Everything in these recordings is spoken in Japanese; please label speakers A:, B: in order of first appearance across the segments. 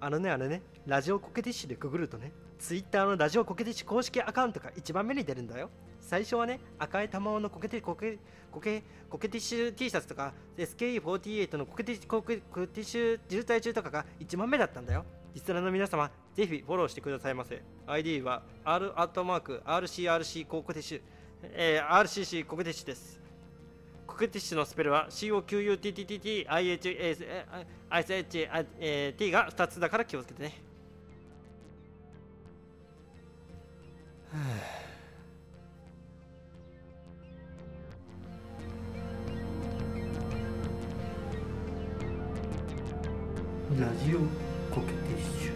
A: あのねあのねラジオコケティッシュでくぐるとね Twitter のラジオコケティッシュ公式アカウントが一番目に出るんだよ最初はね赤い玉緒のコケティコケコケコケティッシュ T シャツとか SKE48 のコケティッシュコケコケティッシュ渋滞中とかが一番目だったんだよリスナーの皆様ぜひフォローしてくださいませ ID は r r c r c コケティッシュ、えー、RCC コケティッシュですコケティッシュのスペルは COQUTTTTIHSHIT が2つだから気をつけてね。ラジオコケティッシュ。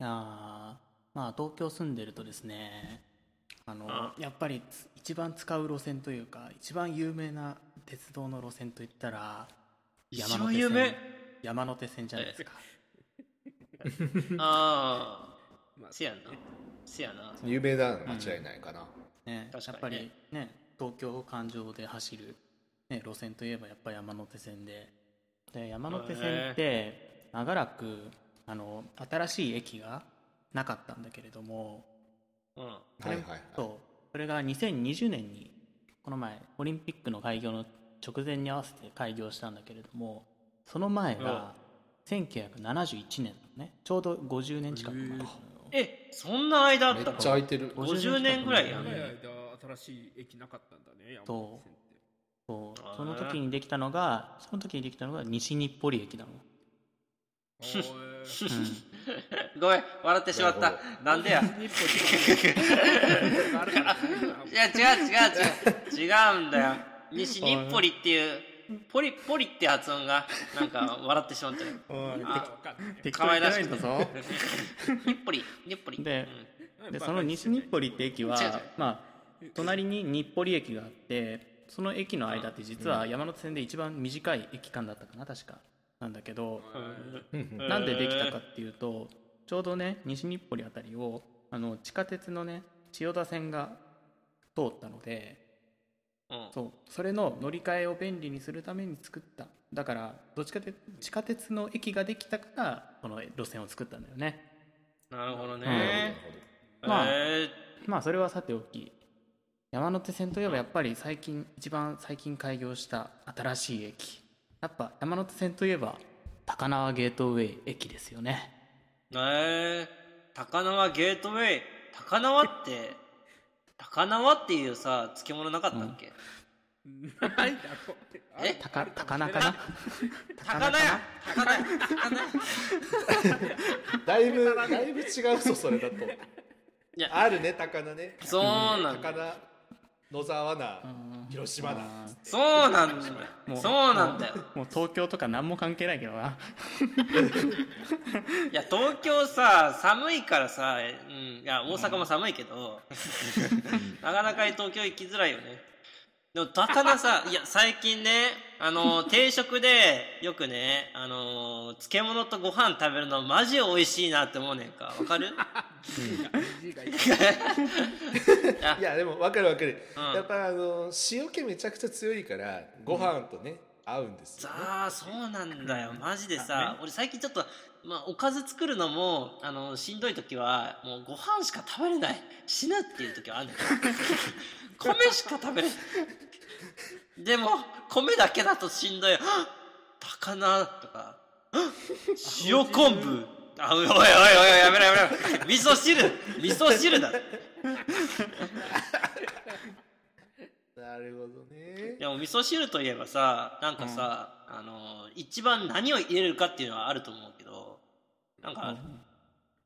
B: あーまあ東京住んでるとですねあの
C: あ
B: やっぱりつ一番使う路線というか一番有名な鉄道の路線といったら
C: 一番有名
B: 山手線じゃないですか
C: あ
D: ま
C: あ
D: あ
C: せやなせやな
D: 有名なのは間違いないかな、
B: ねや
C: 確かにね
B: っぱりね東京環状で走る、ね、路線といえばやっぱり山手線でで山手線って長らくあの新しい駅がなかったんだけれども
C: うん
B: そ
D: は
B: れ
D: いはいはい
B: そうそれが2020年にこの前オリンピックの開業の直前に合わせて開業したんだけれどもその前が1971年なのねちょうど50年近く前なのよ
C: えそんな間あっ
D: めった
C: の
D: ちゃ空いてる
C: 50年ぐらいやん
B: う
D: ね
B: ん
D: え
C: ね
D: 新しい駅なかったんだね山
B: そう
D: 手線って
B: そう
C: あー
B: その時にできたのがその時にできたのが西日暮里駅なの、う
C: ごめん笑ってしまったなんでやいや違う違う違う違うんだよ西日暮里っていうポリポリって発音がなんか笑ってしまったよ
B: ん、適
C: 可愛らしく
B: んだ
C: て
B: ぞ
C: 日暮里日暮里
B: で
C: うん
B: でその西日暮里って駅は
C: 違う違う
B: まあ隣に日暮里駅があってその駅の間って実は山手線で一番短い駅間だったかな確かなんだけどなんでできたかっていうとちょうどね西日暮里あたりをあの地下鉄のね千代田線が通ったので
C: うん
B: そうそれの乗り換えを便利にするために作っただからどっちかって地下鉄の駅ができたからこの路線を作ったんだよね
C: なるほど
D: なる
C: ね
D: ほどな
B: まあ
D: るほど
C: え
B: まあそれはさておき山手線といえばやっぱり最近一番最近開業した新しい駅やっぱ山手線といえば高輪ゲートウェイ駅ですよね
C: ーえー高輪ゲートウェイ高輪って高輪っていうさ漬物なかったっけえ
B: 高高菜かな
C: 高菜や高菜高菜
D: だいぶだいぶ違うぞそれだと
C: や
D: あるね高菜ね
C: そうなんだ
D: 高菜野沢菜
B: うん
D: 広島菜
B: あ
C: そうなんだ
B: も
C: よ
B: う
C: そうなんだよ
B: もう 東京とか何も関係ないけど ない
C: や東京さ寒いからさ、うん、いや大阪も寒いけどなかなか東京行きづらいよねでも高菜さいや最近ねあの定食でよくねあの漬物とご飯食べるのマジ美味しいなって思うねんかわかる
D: いやでも分かる分かる、
C: うん
D: やっぱあの塩気めちゃくちゃ強いからご飯とね、合うんですよ、ね、
C: さあそうなんだよマジでさ、俺最近ちょっと、まあ、おかず作るのもあのしんどい時はもうご飯しか食べれない死ぬっていう時はあ るんだよ米しか食べれないでも米だけだとしんどいはっ高菜とかはっ塩昆布あおいおいおいおいやめろやめろ味噌汁味噌汁だ
D: なるほどね
C: でも味噌汁といえばさなんかさ、あの一番何を入れるかっていうのはあると思うけどなんか、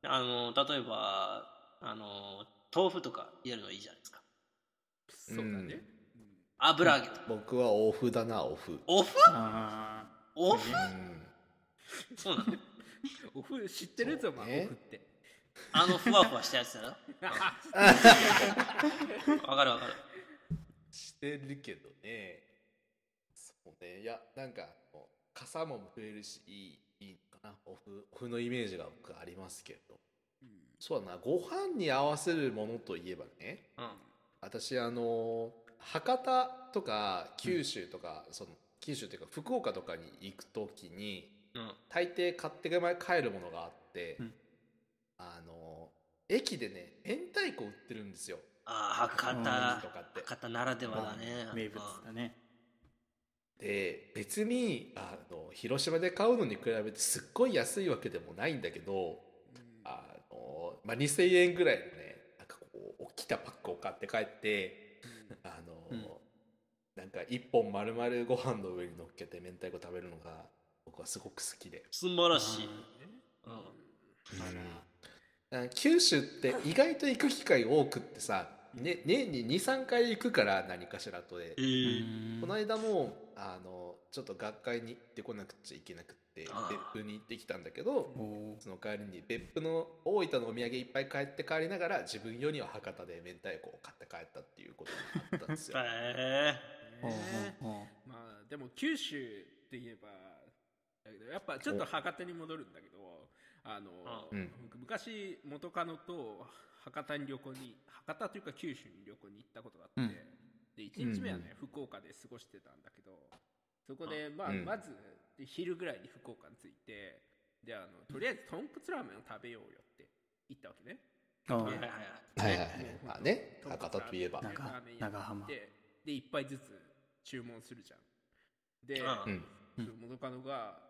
C: あの例えばあの豆腐とか入れるのいいじゃないですか
D: そうだね、
C: 油揚げとか、
D: 僕はお麩だなお麩
C: おふ
B: あ
C: おふ
D: うん
C: そうなの
E: おふ知ってるぞ、まあ、
D: そ
E: お
D: うね
E: ふって。
C: あのふわふわしたやつだろわかるわかる
D: してるけどねそうねいやなんかもう傘も増えるしいいいいのかなお麩お麩のイメージが僕ありますけど、そうだなご飯に合わせるものといえばね
C: うん
D: 私あの博多とか九州とか、その九州というか福岡とかに行く時に
C: うん
D: 大抵買って帰るものがあって、
B: うん
D: あの駅でね明太子売ってるんですよ
C: ああ博
D: と
C: 多
D: かって
C: 博多ならではだね
B: 名物
C: うん
B: だね
D: で別にあの広島で買うのに比べてすっごい安いわけでもないんだけどあの、まあ、2,000円ぐらいのねなんかこう大きなパックを買って帰ってあの、
B: うん
D: なんか一本丸々ご飯の上に乗っけて明太子食べるのが僕はすごく好きで、
C: 素晴らしいうん
D: あの九州って意外と行く機会多くってさ、ね、年に23回行くから何かしらとで
B: う
C: え。ー
B: ん
D: この間もあのちょっと学会に行ってこなくちゃいけなくって
C: あー
D: 別府に行ってきたんだけど
B: おー
D: その帰りに別府の大分のお土産いっぱい買って帰りながら自分よりは博多で明太子を買って帰ったっていうことがあったんです よ。
C: へ
B: ほうほうほう
E: まあでも九州って言えばだけどやっぱちょっと博多に戻るんだけどあの、
D: うん
E: 僕昔元カノと博多に旅行に博多というか九州に旅行に行ったことがあって、
B: うん
E: で1日目はね、福岡で過ごしてたんだけどそこで、まあ
D: うん
E: まずで昼ぐらいに福岡に着いてであのとりあえず豚骨ラーメンを食べようよって言ったわけね。
B: あ
C: え
B: ー
C: はいはいはい
D: はいはいはい
E: もうほんと
D: まあね
E: 豚骨
D: 博多といえば
E: ラーメン屋
B: 長長浜
E: でで一杯ずつ注文するじゃんで、
C: うん
D: うん
B: うん
E: そう元カノが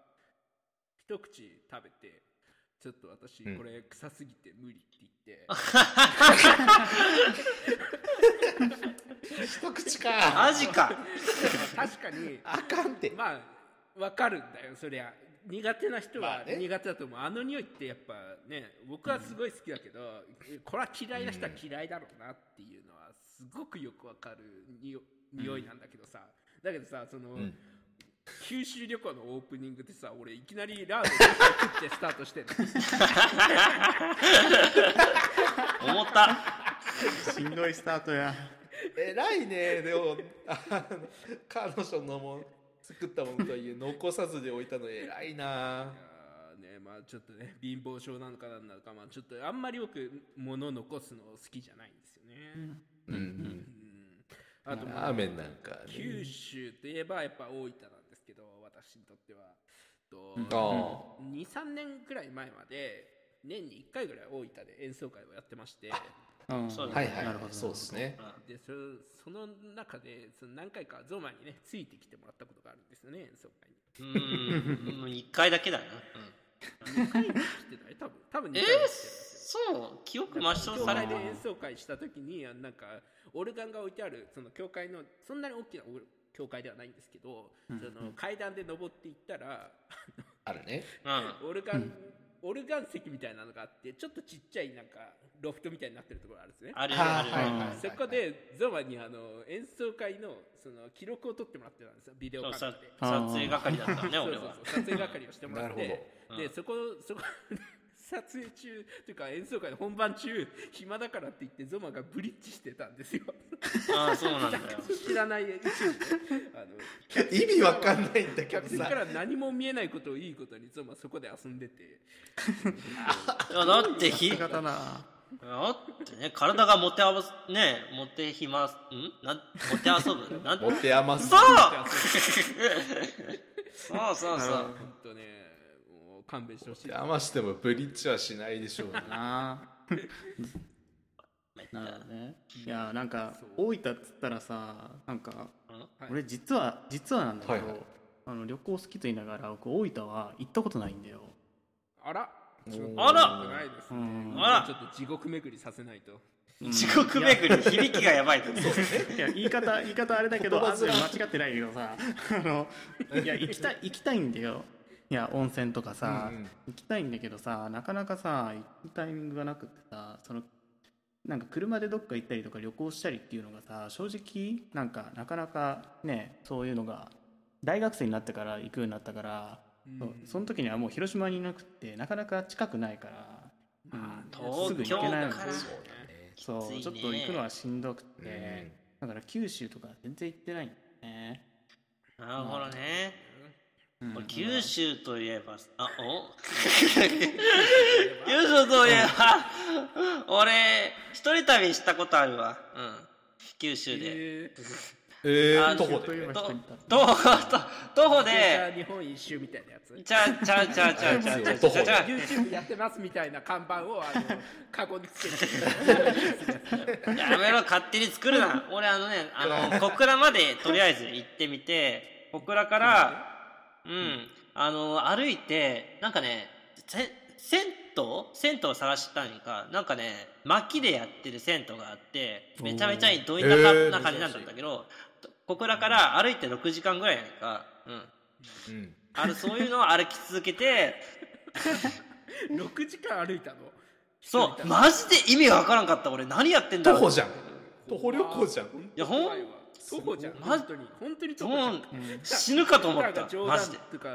E: 一口食べてちょっと私
D: うん
E: これ臭すぎて無理って言って、
D: 一口
C: マ
D: か
C: ジか
E: 確かに
D: あかんって
E: まあわかるんだよそりゃ苦手な人
D: ま
E: は
D: あね
E: 苦手だと思う、あの匂いってやっぱね僕はすごい好きだけど、これは嫌いな人は嫌いだろうなっていうのはすごくよくわかるにお匂いなんだけどさ、だけどさその、
D: ん
E: 九州旅行のオープニングでさ俺いきなりラーメン食ってスタートしてんの
C: 思った
B: しんどいスタートや
D: 偉いねでもあの彼女のもん作ったものとはいえ残さずで置いたの偉いな
E: あーねまあちょっとね貧乏症なのかなんなのかまあちょっとあんまりよく物を残すの好きじゃないんですよね、
D: うん
E: うんあとまあ
D: ラーメンなんか
E: 九
D: ね
E: 州といえばやっぱ大分なんですけど私にとってはと
B: うん
D: あ
E: 23年くらい前まで年に1回ぐらい大分で演奏会をやってまして
B: うん
C: そう
D: あ
C: だ
D: はい
C: ね
D: はい
B: な
D: は
B: る
D: い
B: ほど
D: そうですね
E: でそその中でその何回かゾマにねついてきてもらったことがあるんですよね演奏会に
C: うんもう一回だけだなうん
E: 2回も来てない多分多分2
C: えー
E: 回も来てないですよ
C: そう記憶抹消
E: 教
C: され
E: 会
C: て
E: で
C: る
E: 演奏会した時にあなんかオルガンが置いてあるその教会のそんなに大きなオル教会ではないんですけど、
B: うん
E: その階段で登っていったら
D: あるね
C: うん
E: オルガン、
B: うん
E: オルガン席みたいなのがあってちょっとちっちゃいなんかロフトみたいになってるところがあるんですね
C: ある
D: は
C: あ
D: い
C: る
D: はいはい
C: あ
D: はい
E: そこでゾマにあの演奏会のその記録を取ってもらってたんですよビデ
C: る
E: オカメ
C: そ
E: ラ
C: うさ
E: で
C: 撮影係だ ったね
E: そう
C: 俺
E: そう
C: は
E: そう撮影係をしてもらっ
D: なる
E: て
C: ほどう
E: で
C: ん
E: そこそこ 撮影中というか演奏会の本番中暇だからって言ってゾマがブリッジしてたんですよ
C: ああそうなんだよ
E: 知ら ない位置であの
D: 意味わかんないんだけ
E: 客
D: ど
E: 席
D: さ
E: から何も見えないことをいいことにゾマそこで遊んでて
C: いやだってひだ
B: 方だ
C: ってね体が持てあわすね持てひますんなん持て遊 ぶなん
D: 持て余す
C: そうそう そうそう
E: 本当ねもう勘弁してほしい
D: 騙してもブリッジはしないでしょうね
B: な
C: めっち
B: なる
C: ゃ
B: ほどねいやなんか
E: そ
B: 大分っつったらさなんか
C: うん
E: はい
B: 俺実は実はなんだけど、
D: はいはい
B: あの旅行好きと言いながら僕大分は行ったことないんだよ
E: あら
D: おー
E: ちょっと
C: あら
E: 良くないですね
B: うん
C: あら
E: ちょっと地獄巡りさせないと
C: 地獄巡り響きがやばいと
B: いや言い方言い方あれだけど
D: 言葉
B: あんま
D: 面
B: り間違ってないけどさ あのいや行きたい行きたいんだよいや温泉とかさ、
D: うんうん
B: 行きたいんだけどさなかなかさ行くタイミングがなくってさそのなんか車でどっか行ったりとか旅行したりっていうのがさ正直なんかなかなかねそういうのが大学生になってから行くようになったから、そうその時にはもう広島にいなくってなかなか近くないから、うんすぐ
C: 東
B: 行け
C: 京
B: ない
C: か
B: の
C: ら
D: そうだね
B: そう、
C: きついね
B: ちょっと行くのはしんどくて、だから九州とか全然行ってないんだよね、
C: なるほどね
B: うん
C: 俺九州といえばあお九州といえば俺一人旅したことあるわうん九州で。
E: えー
D: え
C: あ
D: ー、
C: ー
D: 徒歩
B: という
D: で
B: 間
C: と
B: 人に立つ
C: 徒歩、と徒歩で、
E: で日本一周みたいなや つ
C: ちゃうちゃうちゃうちゃうちゃうちゃうちゃうちゃうちゃう
E: YouTube やってますみたいな看板をあのカゴにつけて
C: やめろ、勝手に作る な。俺、あのね、あ の、小倉までとりあえず行ってみて、小倉から、うん、あの、歩いて、なんかね、せ銭湯銭湯を探したんか、なんかね、薪でやってる銭湯があって、めちゃめちゃどいた
D: へ
C: か
D: ー
C: な感じなんだったけど、小倉から歩いて6時間ぐらいやんか、うん。
D: うん
C: あの、そういうのを歩き続け て、
E: 6時間歩いたの
C: そう、マジで意味がわからんかった。俺、何やってんだ
D: 徒
C: ろう。
D: 歩じゃん徒歩旅行じゃん
C: いやほん
E: 怖わ徒歩じゃん
C: ま
E: 本当に本当に
C: ど
E: 徒歩じゃ
C: う
E: ん
C: 死ぬかと思っ
E: なん
C: た
E: か。冗
C: マ
E: 談
C: ジで。
E: とか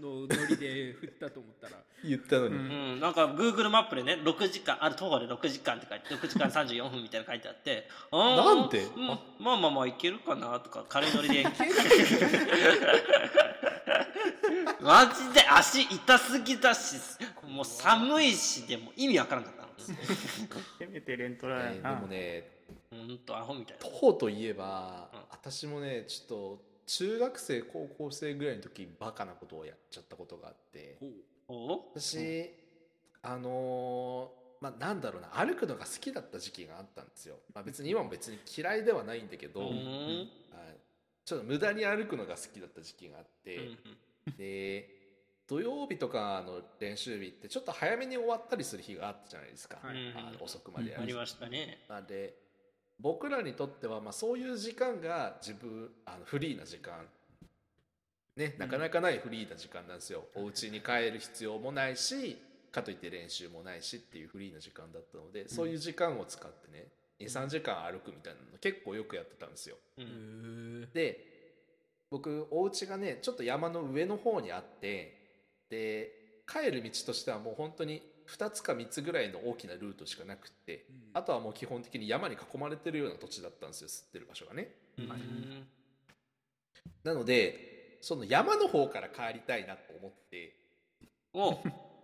E: のノリで振ったと思った ら
D: 言ったのに、
B: うん
C: うん、なんか Google マップでね、6時間、あれ、徒歩で6時間って書いて、6時間34分みたいなの書いてあって、あー
D: なんで
C: うんまあまあまあ、いけるかなとか、軽いノリで。マジで足痛すぎだし、もう寒いし、でも意味わからんかったの。
B: せめてレントラ
D: え
B: や
D: ーでも
B: な、
D: ね
C: ほんと、アホみたいな
D: 徒。歩といえば、
C: うん
D: 私もねちょっと中学生高校生ぐらいの時バカなことをやっちゃったことがあって
E: ほう
C: お
D: 私、あのーまあなんだろうな歩くのが好きだった時期があったんですよ、まあ、別に今も別に嫌いではないんだけど、
C: う
D: はい
C: ん。
D: ちょっと無駄に歩くのが好きだった時期があって、で土曜日とかの練習日ってちょっと早めに終わったりする日があったじゃないですか、
E: はい
D: あの遅くまでや
C: あ
D: る
C: りましたね。
D: なんで僕らにとっては、まあ、そういう時間が自分あのフリーな時間ねなかなかないフリーな時間なんですよ、お家に帰る必要もないしかといって練習もないしっていうフリーな時間だったのでそういう時間を使ってね23時間歩くみたいなの結構よくやってたんですよ
C: う
E: へ
C: ん。
E: ー
D: で僕お家がねちょっと山の上の方にあってで帰る道としてはもう本当に2つか3つぐらいの大きなルートしかなくって
E: うん
D: あとはもう基本的に山に囲まれてるような土地だったんですよ吸ってる場所がね
C: うん
D: なのでその山の方から帰りたいなと思って、
C: お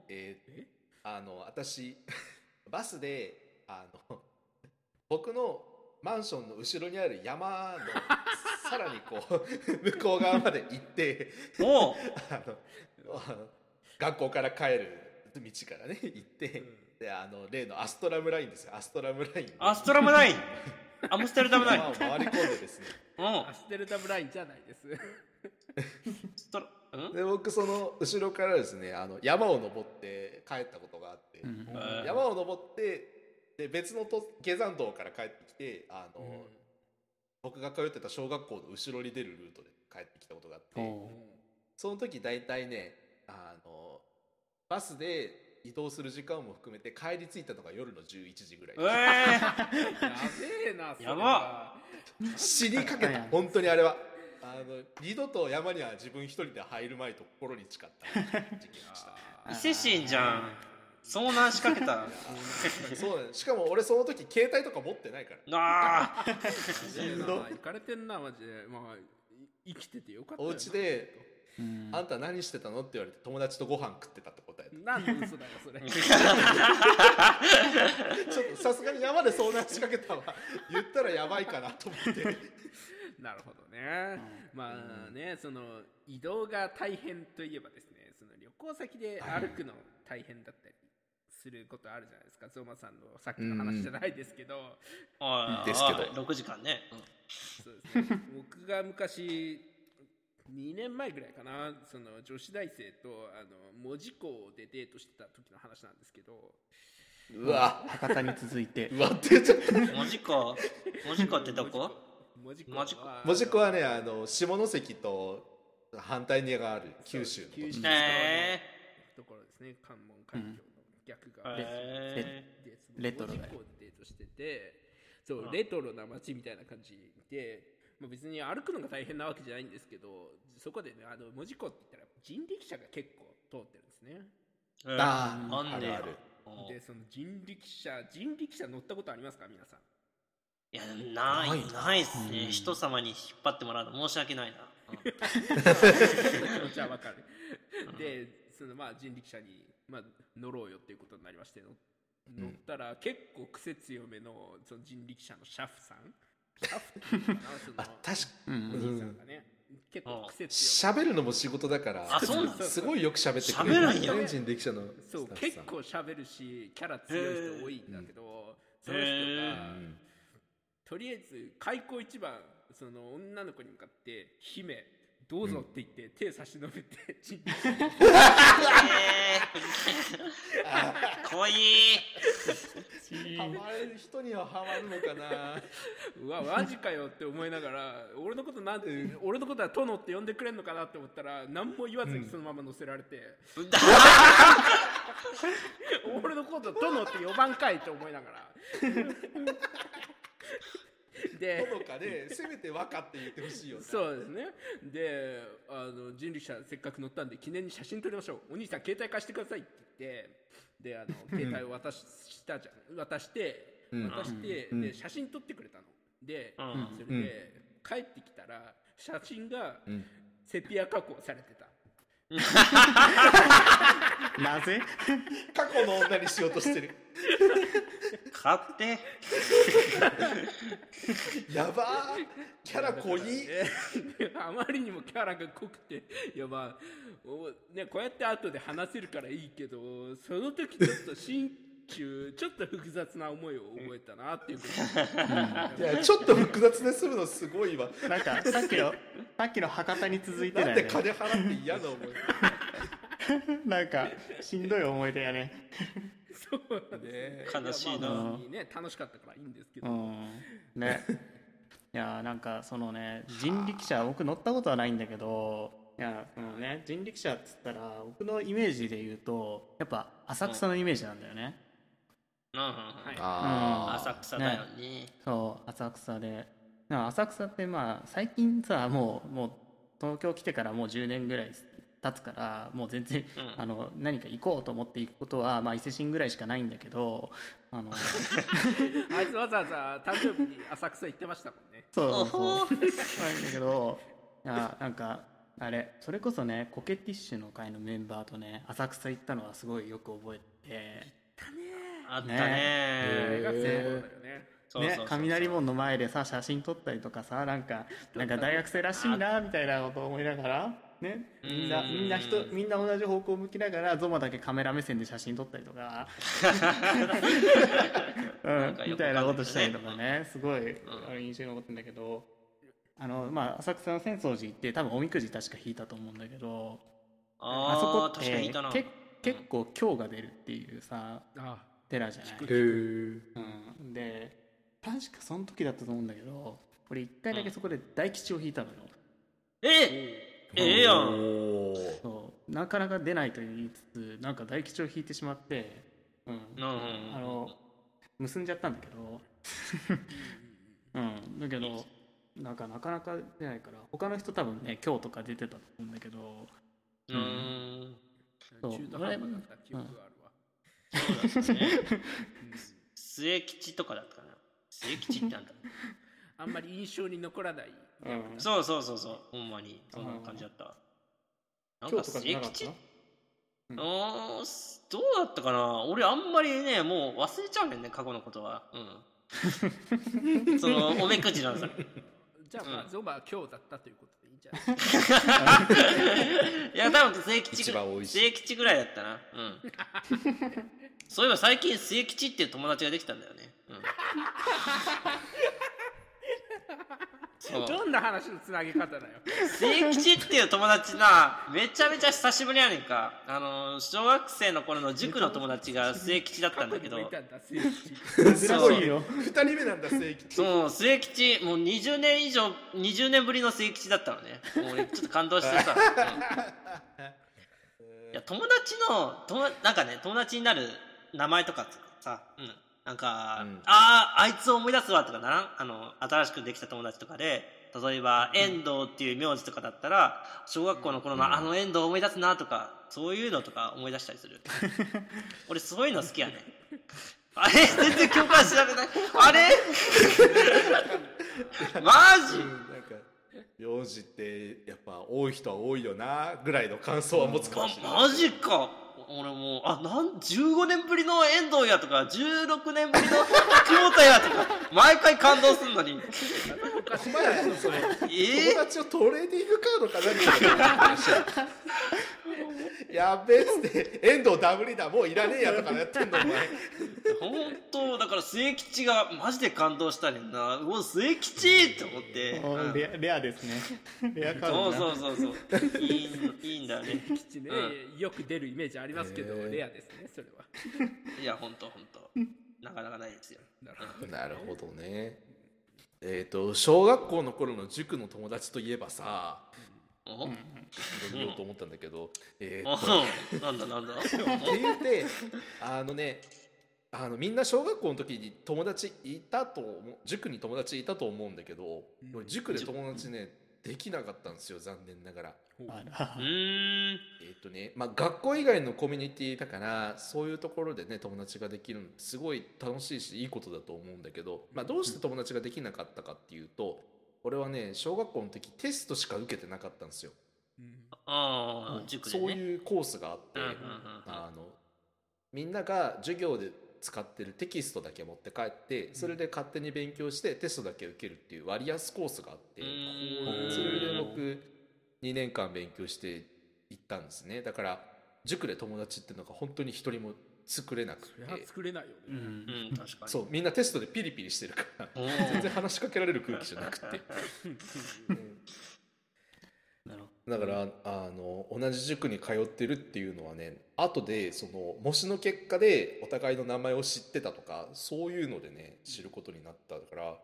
D: えー
E: え
D: あの私 バスであの僕のマンションの後ろにある山のさらにこう向 こう側まで行って
C: お
D: あのあの学校から帰る道からね行って、であの例のアストラムラインですよアストラムラインで
C: アストラムラインアムステルダムライン
D: 山を回り込んでです ね
C: うん
E: ア。ステルダムラインじゃないです
C: ストラ、うん
D: で僕その後ろからですねあの山を登って帰ったことがあって、
B: うん
C: うん
D: 山を登ってで別のと下山道から帰ってきてあの、僕が通ってた小学校の後ろに出るルートで帰ってきたことがあって、
B: おう
D: その時大体ねあのバスで移動する時間も含めて帰り着いたのが夜の11時ぐらい
C: ええ
E: やべえなそれ
C: や
E: は
C: ば
D: 死にかけた本当にあれはあの二度と山には自分一人で入るまいと心に誓った時期でした
E: あ
C: 伊
E: ー
C: 勢神じゃん遭難しかけた
D: そうだねしかも俺その時携帯とか持ってないから
C: あ
E: いいな行かれてんなマジでまあい生きててよかったよ
D: お
E: な
D: 家で
B: うん
D: 「あんた何してたの?」って言われて友達とご飯食ってたって答え
E: なんで嘘だよそれ
D: たちょっとさすがに山で遭難しかけたわ言ったらやばいかなと思って
E: なるほどね、まあねその移動が大変といえばですねその旅行先で歩くの大変だったりすることあるじゃないですか相馬さんのさっきの話じゃないですけど、
C: あ
D: ですけど
C: 6時間ね
E: そうですね僕が昔2年前ぐらいかなその女子大生とあの門司港でデートしてた時の話なんですけど
D: うわ
B: 博多に続いて
D: うわって言っちゃった
C: 文字港文字港ってどこ
E: 門司
C: 門司
E: 港は
D: もじくはねあの下関と反対にがある九州のとこ
E: 九州
C: え
E: ところですね関門海峡の逆
C: ー
E: 側です
C: え
E: でその
B: レトロだよ
E: 門司港でデートしててそう
C: うん
E: レトロな街みたいな感じで、まあ、別に歩くのが大変なわけじゃないんですけどそこでねあの門司港って言ったら人力車が結構通ってるんですね
C: ー
D: あ
C: あ
D: ー
C: んねや
D: あるある
C: お
E: でその人力車人力車乗ったことありますか皆さん
C: いやない
D: ない
C: ないっすね
B: うん
C: 人様に引っ張ってもらうの申し訳ないな
E: 気持ちはわかる。で、そのまあ人力車に、まあ、乗ろうよっていうことになりまして、乗乗ったら結構癖強めのその人力車の車夫さんピタフっていうのか なその
D: あ確か
B: うん
E: お兄さんがね結構癖強い
D: 喋るのも仕事だから
C: あそうなんだ
D: すごいよく喋ってくれ
C: 喋
D: る
C: らんよ
D: エンジンできちゃうの
E: そう
D: スタッフさん
E: 結構喋るしキャラ強い人多いんだけどその人
C: へ
D: う
E: が
D: ん
E: とりあえず開口一番その女の子に向かって「姫どうぞ」って言って、手差し伸べてチン
C: えー、怖い
D: ハマる人にはハマるのかな
E: うわマジかよって思いながら俺のことなんて俺のことは殿って呼んでくれんのかなって思ったら何も言わずにそのまま乗せられて、 俺のこと殿って呼ばんかいって思いながら で
D: ほのかでせめて和歌って言ってほしいよね
E: そうですねであの人力車せっかく乗ったんで記念に写真撮りましょうお兄さん携帯貸してくださいって言ってであの 携帯を渡したじゃん渡して
D: うん
E: 渡して、
D: うん
E: で写真撮ってくれたので、
C: うん
E: それで、帰ってきたら写真が
D: ん
E: セピア加工されてた、
B: なぜ
D: 過去の女にしようとしてる
C: 買って
D: やばーキャラ濃い
E: であまりにもキャラが濃くていやまあおね、こうやって後で話せるからいいけどその時ちょっと心中ちょっと複雑な思いを覚えたなっていうこと
D: いやちょっと複雑でするのすごいわ
B: なんかさっきのさっきの博多に続いて
D: な
B: だよ
D: んで
B: ね
D: 金払って嫌な思い
B: なんかしんどい思い出やね
E: そうなんです
D: ね
C: 悲しい
E: やまあ
C: な
E: 別にね楽しかったからいいんですけど、
B: うんね いやーなんかそのね人力車僕乗ったことはないんだけどいやこのね人力車っつったら僕のイメージで言うとやっぱ浅草のイメージなんだよね、
C: うんうんうん
B: あ
C: 浅草だよね
B: そう浅草でなんか浅草ってまあ最近さもうもう東京来てからもう10年ぐらい経つからもう全然、
C: うん
B: あの何か行こうと思って行くことは、まあ、伊勢神ぐらいしかないんだけどあの
E: あいつわざわざ誕生日に浅草行ってましたもんね
B: そうそ
C: お
B: うそう
C: ほー
B: なんだけどいやなんかあれそれこそねコケティッシュの会のメンバーとね浅草行ったのはすごいよく覚え
C: あったね
B: ね
E: 大学生の頃だよね
B: て、
C: そうそうそう
B: ね
C: そう、
B: 雷門の前でさ写真撮ったりとかさなんかなんか大学生らしいなみたいなこと思いながら、ね、みんな
C: うん
B: みんな人みんな同じ方向向きながらゾマだけカメラ目線で写真撮ったりと か、うん
C: んかよくわかんない
B: みたいなことしたりとかねすごいあれ印象に残ってんだけど。あのまあ、浅草の浅草寺行って多分おみくじ確か引いたと思うんだけど
C: あ
B: そ
C: そ
B: こ
C: こ
B: っ
C: 確かに
B: て
C: いたな
B: け結構今日が出るっていうさ
E: あ
B: 寺じゃない、
D: ー
B: うん、で確かその時だったと思うんだけど俺一回だけそこで大吉を引いたのよ、
C: えええやん
D: おー
B: そうなかなか出ないと言いつつなんか大吉を引いてしまって、うん
C: うんうん
B: あの結んじゃったんだけど うんだけどなんかなかなか出ないから他の人多分ね今日とか出てたと思うんだけど
C: うーん
B: そう
E: 中途半端だった記憶があるわ、
C: そうだね末吉とかだったかな末吉ってなんだ
E: あんまり印象に残らない
B: うん
C: そうそうそうそうほんまにそんな感じだったなん
B: 今
C: か
B: 日とかじ
C: 末
B: ゃなかっ
C: 吉
B: た
C: うーんすどうだったかな俺あんまりねもう忘れちゃうねんね過去のことはうん そのおめくじなんですよ
E: じゃあ、まあ
C: うん
E: ゾマ今日だったということでいいんじゃないですか
C: いや多分末吉
D: 一
C: ぐ
D: 番美味しい
C: 末吉ぐらいだったなうん そういえば最近末吉っていう友達ができたんだよねうんそう
E: どんな話のつなげ方だよ
C: 末吉っていう友達なめちゃめちゃ久しぶりやねんかあの小学生の頃の塾の友達が末吉だったんだけど
E: 過去にもいたんだ末吉
B: 珍しいよ
D: 二人目なんだ正規
C: そう末吉もう20年以上20年ぶりの末吉だったのねもう俺ちょっと感動してさ、うんいや友達の友達なんかね友達になる名前とかってさ、うん、なんか、
D: うん
C: あああいつを思い出すわとかならんあの新しくできた友達とかで例えば遠藤っていう名字とかだったら小学校の頃の
D: うん
C: あの遠藤を思い出すなとかそういうのとか思い出したりす る俺そういうの好きやねあれ全然共感しなくないあれマ
D: う
C: ジ
D: んなんか名字ってやっぱ多い人は多いよなぐらいの感想は持つかもしれない
C: あマジか俺もうあなん15年ぶりの遠藤やとか16年ぶりの久保田やとか毎回感動するのに。
E: おかしい
D: お前らのそれ
C: え
D: 友
C: ー、
D: 達をトレーディングカードか何かだと思ってるやっべえっつって遠藤ダブリだもういらねえやとかやってんのお前
C: 本当だから末吉がマジで感動したねんな。うわ、末吉って思って。うん
B: レアレアですねレアカード
C: そう
B: だな
C: そうそうそう。いいんいいんだよね。
E: 吉ね
C: う
E: よく出るイメージありますけど、
D: へー
E: レアですねそれはい
C: や、本当本当。なかなかないですよ。
E: なるほど
D: なるほどね。えっ、と小学校の頃の塾の友達といえばさ、
C: お
B: うん
D: いろいろ言おうと思ったんだけど、えーと
C: おなんだなんだ。
D: って言ってあのねあのみんな小学校の時に友達いたと思う塾に友達いたと思うんだけど、
E: うん
D: 俺塾で友達ねできなかったんですよ残念ながら。
B: あら
C: うーん。
D: えっとねまあ、学校以外のコミュニティだからそういうところでね友達ができるのってすごい楽しいしいいことだと思うんだけど、まあ、どうして友達ができなかったかっていうと俺はね小学校の時テストしか受けてなかったんですよ、
E: うん
C: ああ、塾で
D: そう
C: ね。
D: いうコースがあって、
C: うんうんうん
D: あのみんなが授業で使ってるテキストだけ持って帰ってそれで勝手に勉強してテストだけ受けるっていう割安コースがあって、
C: う
B: う
C: ーん
D: それで僕2年間勉強していったんですねだから塾で友達っていうのが本当に一人も作れなく
E: それは
D: て
E: 作れないよ
B: う
E: ね、
B: ん
C: うん、確かに。
D: そうみんなテストでピリピリしてるから
C: おー。
D: 全然話しかけられる空気じゃなくて
B: なるほ
D: だからあの同じ塾に通ってるっていうのはね後でその模試の結果でお互いの名前を知ってたとかそういうのでね知ることになったから、
C: はい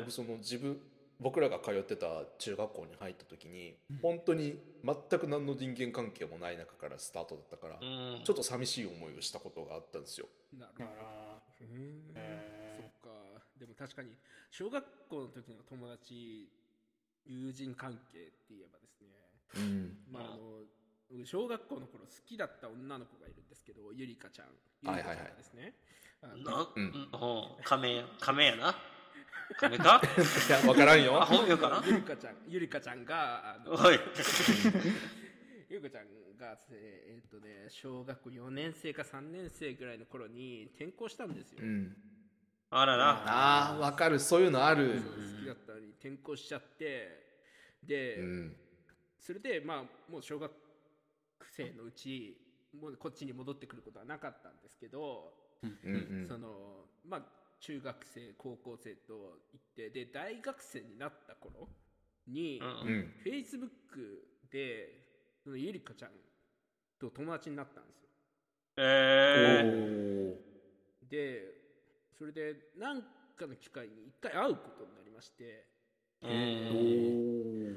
D: 僕その自分僕らが通ってた中学校に入った時に本当に全く何の人間関係もない中からスタートだったから
C: う
D: ち
C: ん。
D: ょっと寂しい思いをしたことがあったんですよ。
E: なるほ
B: ど
E: ど
B: あら
E: うーん
B: えー
E: そっかでも確かに小学校の時の友達友人関係って言えばですね
D: うん
E: まああの僕小学校の頃好きだった女の子がいるんですけどゆりかちゃんゆ
D: は
E: り
D: い
E: か
D: はいはい
E: ちゃんがですねあの
C: な、
D: う
C: うんん、おう亀や、亀やな。亀か
D: いや分からんよ
C: あ、。本名かな
E: ゆりかちゃんゆりかちゃんがあの
C: おい。
E: ゆうこちゃんが、えーっとね、小学校4年生か3年生ぐらいの頃に転校したんですよ。
D: うん、
C: あらら。
D: ああ分かるそういうのある。
E: そう好きだったのに転校しちゃって、で、
D: うん
E: それで、まあ、もう小学生のうち、もうこっちに戻ってくることはなかったんですけど、
D: うんうん
E: その、まあ、中学生、高校生と行って、で、大学生になった頃に、
C: う。
D: うんん、
E: フェイスブックで、そのゆりかちゃんと友達になったんですよ。
C: え
D: おー
E: でそれで何かの機会に一回会うことになりまして
C: ー。
D: お
C: うん
D: ー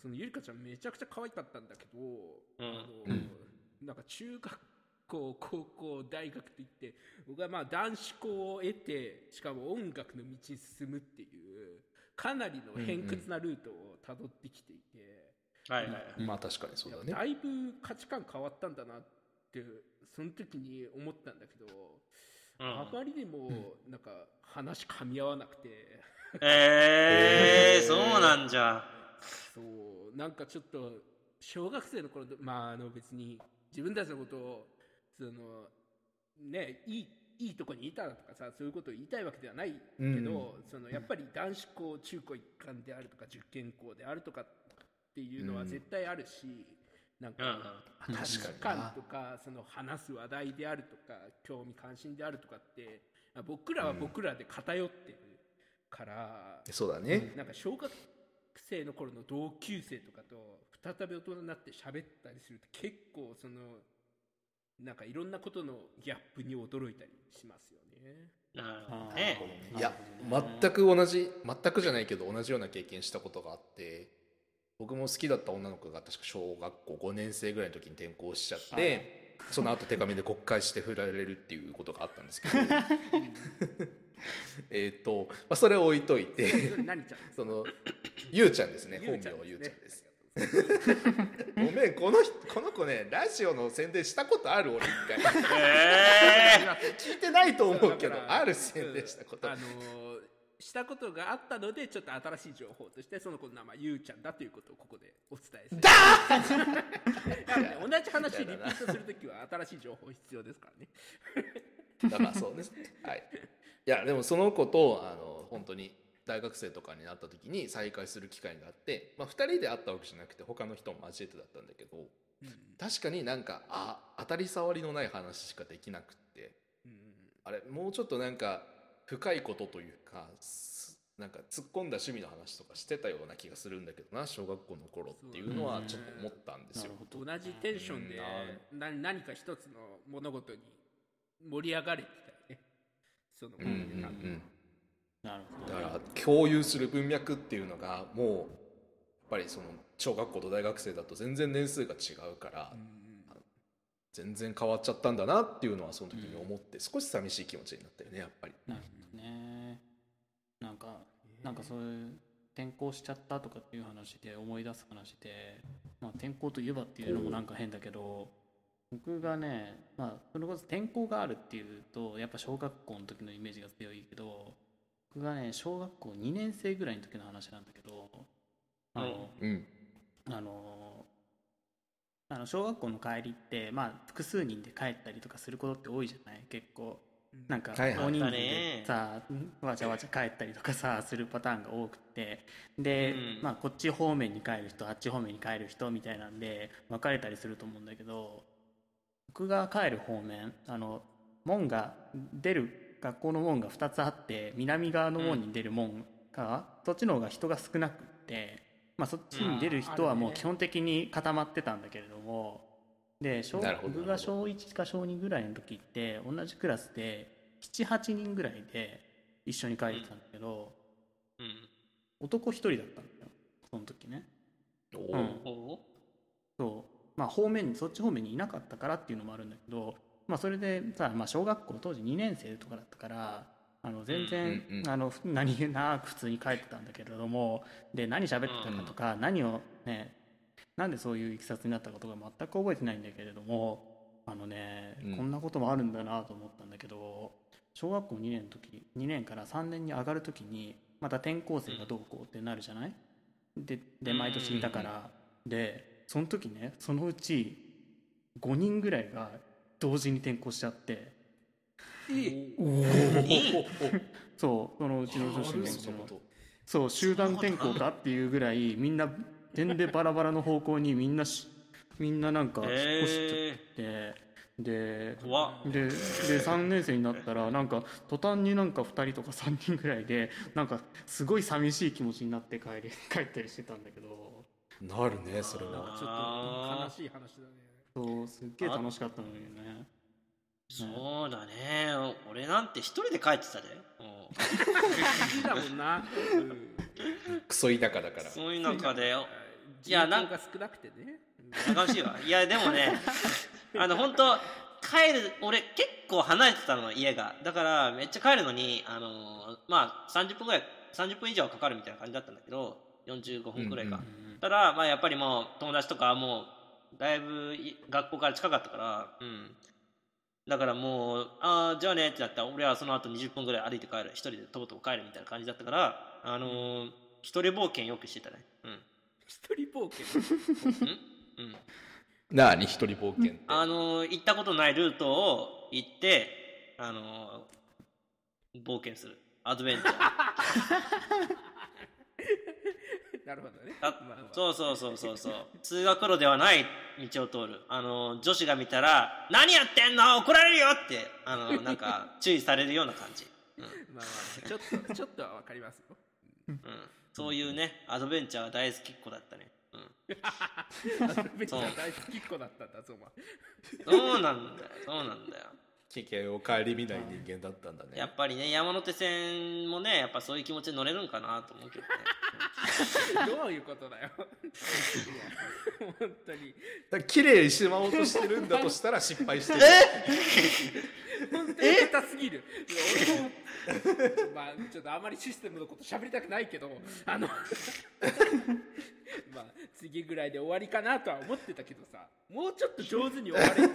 E: そのゆりかちゃんめちゃくちゃ可愛かったんだけど、
C: うん
E: あ
D: う
E: のなんか中学校高校大学といって僕はまあ男子校を得てしかも音楽の道に進むっていうかなりの偏屈なルートをたどってきていて、
C: はいはいはい。
D: まあ確かにそうだね。
E: だいぶ価値観変わったんだなってその時に思ったんだけど、
C: うん
E: あまりにもなんか話噛み合わなくて。
C: え
D: え
C: ー、
D: ー
C: そうなんじゃ。
E: そうなんかちょっと小学生の頃でまああの別に自分たちのことをそのねいいいいとこにいたとかさそういうことを言いたいわけではないけど、
D: う
E: そのやっぱり男子校中高一貫であるとか受験校であるとかっていうのは絶対あるし、なん
C: うんうん。
E: か
D: 確か
E: 価値
D: にな
E: 観とかその話す話題であるとか興味関心であるとかって僕らは僕らで偏ってるから、
D: そうだね。
E: なんか小学生の頃の同級生とかと再び大人になって喋ったりすると結構そのなんかいろんなことのギャップに驚いたりしますよね。
C: なるほど
B: ど
C: ね。
D: いや全く同じ全くじゃないけど同じような経験したことがあって僕も好きだった女の子が確か小学校5年生ぐらいの時に転校しちゃって、その後手紙で告解して振られるっていうことがあったんですけどえっと、まあ、それを置いとい
E: そ
D: て
E: れ何ちゃんです
D: そのゆうちゃんですね
E: ゆ
D: 本
E: うち
D: 名
E: ゃんで
D: は
E: すね
D: ゆうちゃんです。ごめんこの人この子ねラジオの宣伝したことある俺一回
C: え
D: 聞いてないと思うけど
E: だから
D: ある宣伝したこと
E: あのしたことがあったのでちょっと新しい情報としてその子の名前ゆうちゃんだということをここでお伝えするだ 同じ話リピートするときは新しい情報必要ですからね
D: だからそうですね。はい。いやでもその子とあの本当に大学生とかになった時に再会する機会があって、まあ、2人で会ったわけじゃなくて他の人も交えてだったんだけど確かになんかあ当たり障りのない話しかできなくってあれもうちょっとなんか深いことというかすなんか突っ込んだ趣味の話とかしてたような気がするんだけどな小学校の頃っていうのはちょっと思ったんですよ。
E: 同じテンションでな何か一つの物事に盛り上がれてたよねその
D: うんうんうん
B: なるほ
D: だ
B: ど
D: から共有する文脈っていうのがもうやっぱりその小学校と大学生だと全然年数が違うから、全然変わっちゃったんだなっていうのはその時に思って少し寂しい気持ちになったよねやっぱり。
B: なるほどねなんかなんかそういう転校しちゃったとかっていう話で思い出す話で、まあ、転校といえばっていうのもなんか変だけど僕がね、まあ、それこそ転校があるっていうとやっぱ小学校の時のイメージが強いけど僕がね小学校2年生ぐらいの時の話なんだけどあの、
D: うん
B: あのあの小学校の帰りって、まあ、複数人で帰ったりとかすることって多いじゃない結構なんか
D: はいはい
B: 大人数でさ、わちゃわちゃ帰ったりとかさするパターンが多くてで、
C: うん
B: まあ、こっち方面に帰る人あっち方面に帰る人みたいなんで分かれたりすると思うんだけど僕が帰る方面あの門が出る学校の門が2つあって南側の門に出る門が、そっちの方が人が少なくって、まあ、そっちに出る人はもう基本的に固まってたんだけれども、で小
D: なるほど
B: 僕が小1か小2ぐらいの時って同じクラスで78人ぐらいで一緒に帰ってたんだけど、
C: うん。
B: 男1人だったんだよその時ね。
D: おー
B: うん
C: おう
B: そうまあ方面にそっち方面にいなかったからっていうのもあるんだけど、まあ、それでさ、まあ、小学校当時2年生とかだったからあの全然、
D: うんうん
B: あのふ何気なく普通に帰ってたんだけれどもで何喋ってたかとか、何をねなんでそういういきさつになったことが全く覚えてないんだけれどもあのね、
D: うん
B: こんなこともあるんだなと思ったんだけど小学校2年の時2年から3年に上がる時にまた転校生がどうこうってなるじゃないでで毎年いたから、でその時ねそのうち5人ぐらいが同時に転校しちゃって そうそのうちの女子
D: ある
B: の
D: そんなこと
B: そう集団転校かっていうぐらいみんな点でバラバラの方向にみんなしみんななんか引っ越しちゃ
C: え
B: って、で
C: ー、怖っ。
B: でで3年生になったらなんか途端になんか2人とか3人ぐらいでなんかすごい寂しい気持ちになって帰り帰ったりしてたんだけど
D: なるねそれは。
E: ちょっと悲しい話だね
B: そうすっげえ楽しかったのにね
C: そうだね。俺なんて一人で帰ってたで。うん
E: だもんな、
D: クソ田舎だから。
C: そういう中で、
E: いやなんか少なくてね、
C: やかましいわ。いや、でも ね、あの、本当帰る、俺結構離れてたの、家が。だから、めっちゃ帰るのに、あのーまあ、30分ぐらい、30分以上はかかるみたいな感じだったんだけど、45分くらいか。
D: うん
C: ただ、まあ、やっぱりもう、友達とかはもう、だいぶい、学校から近かったから、うん。だからもう、ああ、じゃあねってなったら、俺はその後20分ぐらい歩いて帰る。一人でとぼとぼ帰るみたいな感じだったから、あのー一人冒険よくしてたね。うん。
E: 一人冒険
C: うん。
D: なあに一人冒険って。
C: あの行ったことないルートを行ってあの冒険するアドベ ンチャー
E: なるほどね
C: あそうそうそうそうそう通学路ではない道を通るあの女子が見たら「何やってんの怒られるよ!」ってあのなん か注意されるような感じ、
E: まあまあちょっとちょ っとはわかりますよ
C: うん、そういうねアドベンチャーが大好きっ子だったね、うん、
E: 別に大好きっ子だったんだぞま
C: そうなんだよそうなんだよ
D: 危険を顧みない人間だったんだね。
C: やっぱりね山手線もねやっぱそういう気持ちで乗れるんかなと思うけどね
E: どういうことだよ いや本当に
D: だから綺麗にしまおうとしてるんだとしたら失敗してる。
E: 本当に下手すぎるいや俺もまあちょっとあまりシステムのこと喋りたくないけどあの まあ次ぐらいで終わりかなとは思ってたけどさもうちょっと上手に終わ れ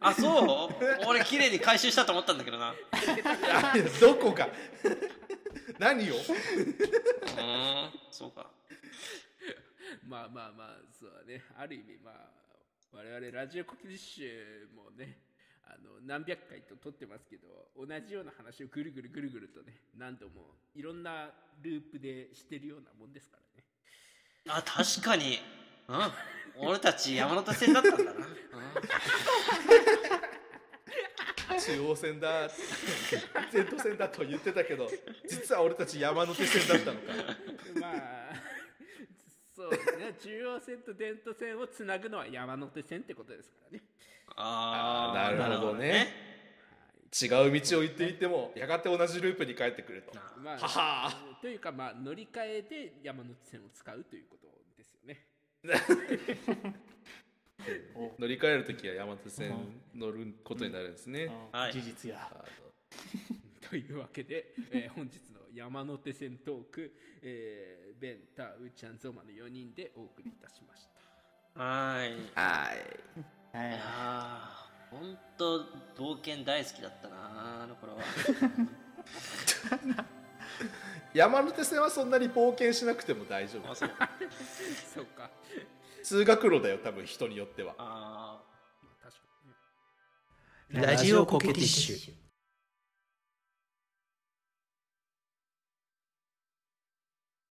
C: あ そう俺綺麗に回収したと思ったんだけどな
D: あ どこか何を
C: うーんそうか
E: まあまあまあそうだねある意味まあ我々ラジオコキディッシュもねあの何百回と撮ってますけど同じような話をぐるぐるぐるぐるとね何度もいろんなループでしてるようなもんですからね
C: あ、確かに。うん。俺たち山手線だったんだな。うん
D: 中央線だ全都線だと言ってたけど実は俺たち山手線だったのか
E: まあそうですね中央線と伝統線をつなぐのは山手線ってことですからね
C: あ
D: あー
C: ー
D: なるほどね。違う道を行っていってもやがて同じループに帰ってくると
E: まあ
D: はは
E: というかまあ乗り換えで山手線を使うということですよね
D: 乗り換える時は山手線乗ることになるんですね、
C: はい
B: 事実や
D: あの
E: というわけで、えー 本日の山手線トーク、えーベンタウーちゃんゾーマの4人でお送りいたしました
C: はーい。い
B: はい
C: やー、ほんと、冒険大好きだったな、あの頃は。
D: 山手線はそんなに冒険しなくても大丈夫
C: あ、そう。
E: そうか
D: 通学路だよ多分人によっては
C: あ
E: 確かにね
A: ラジオコケティッシュ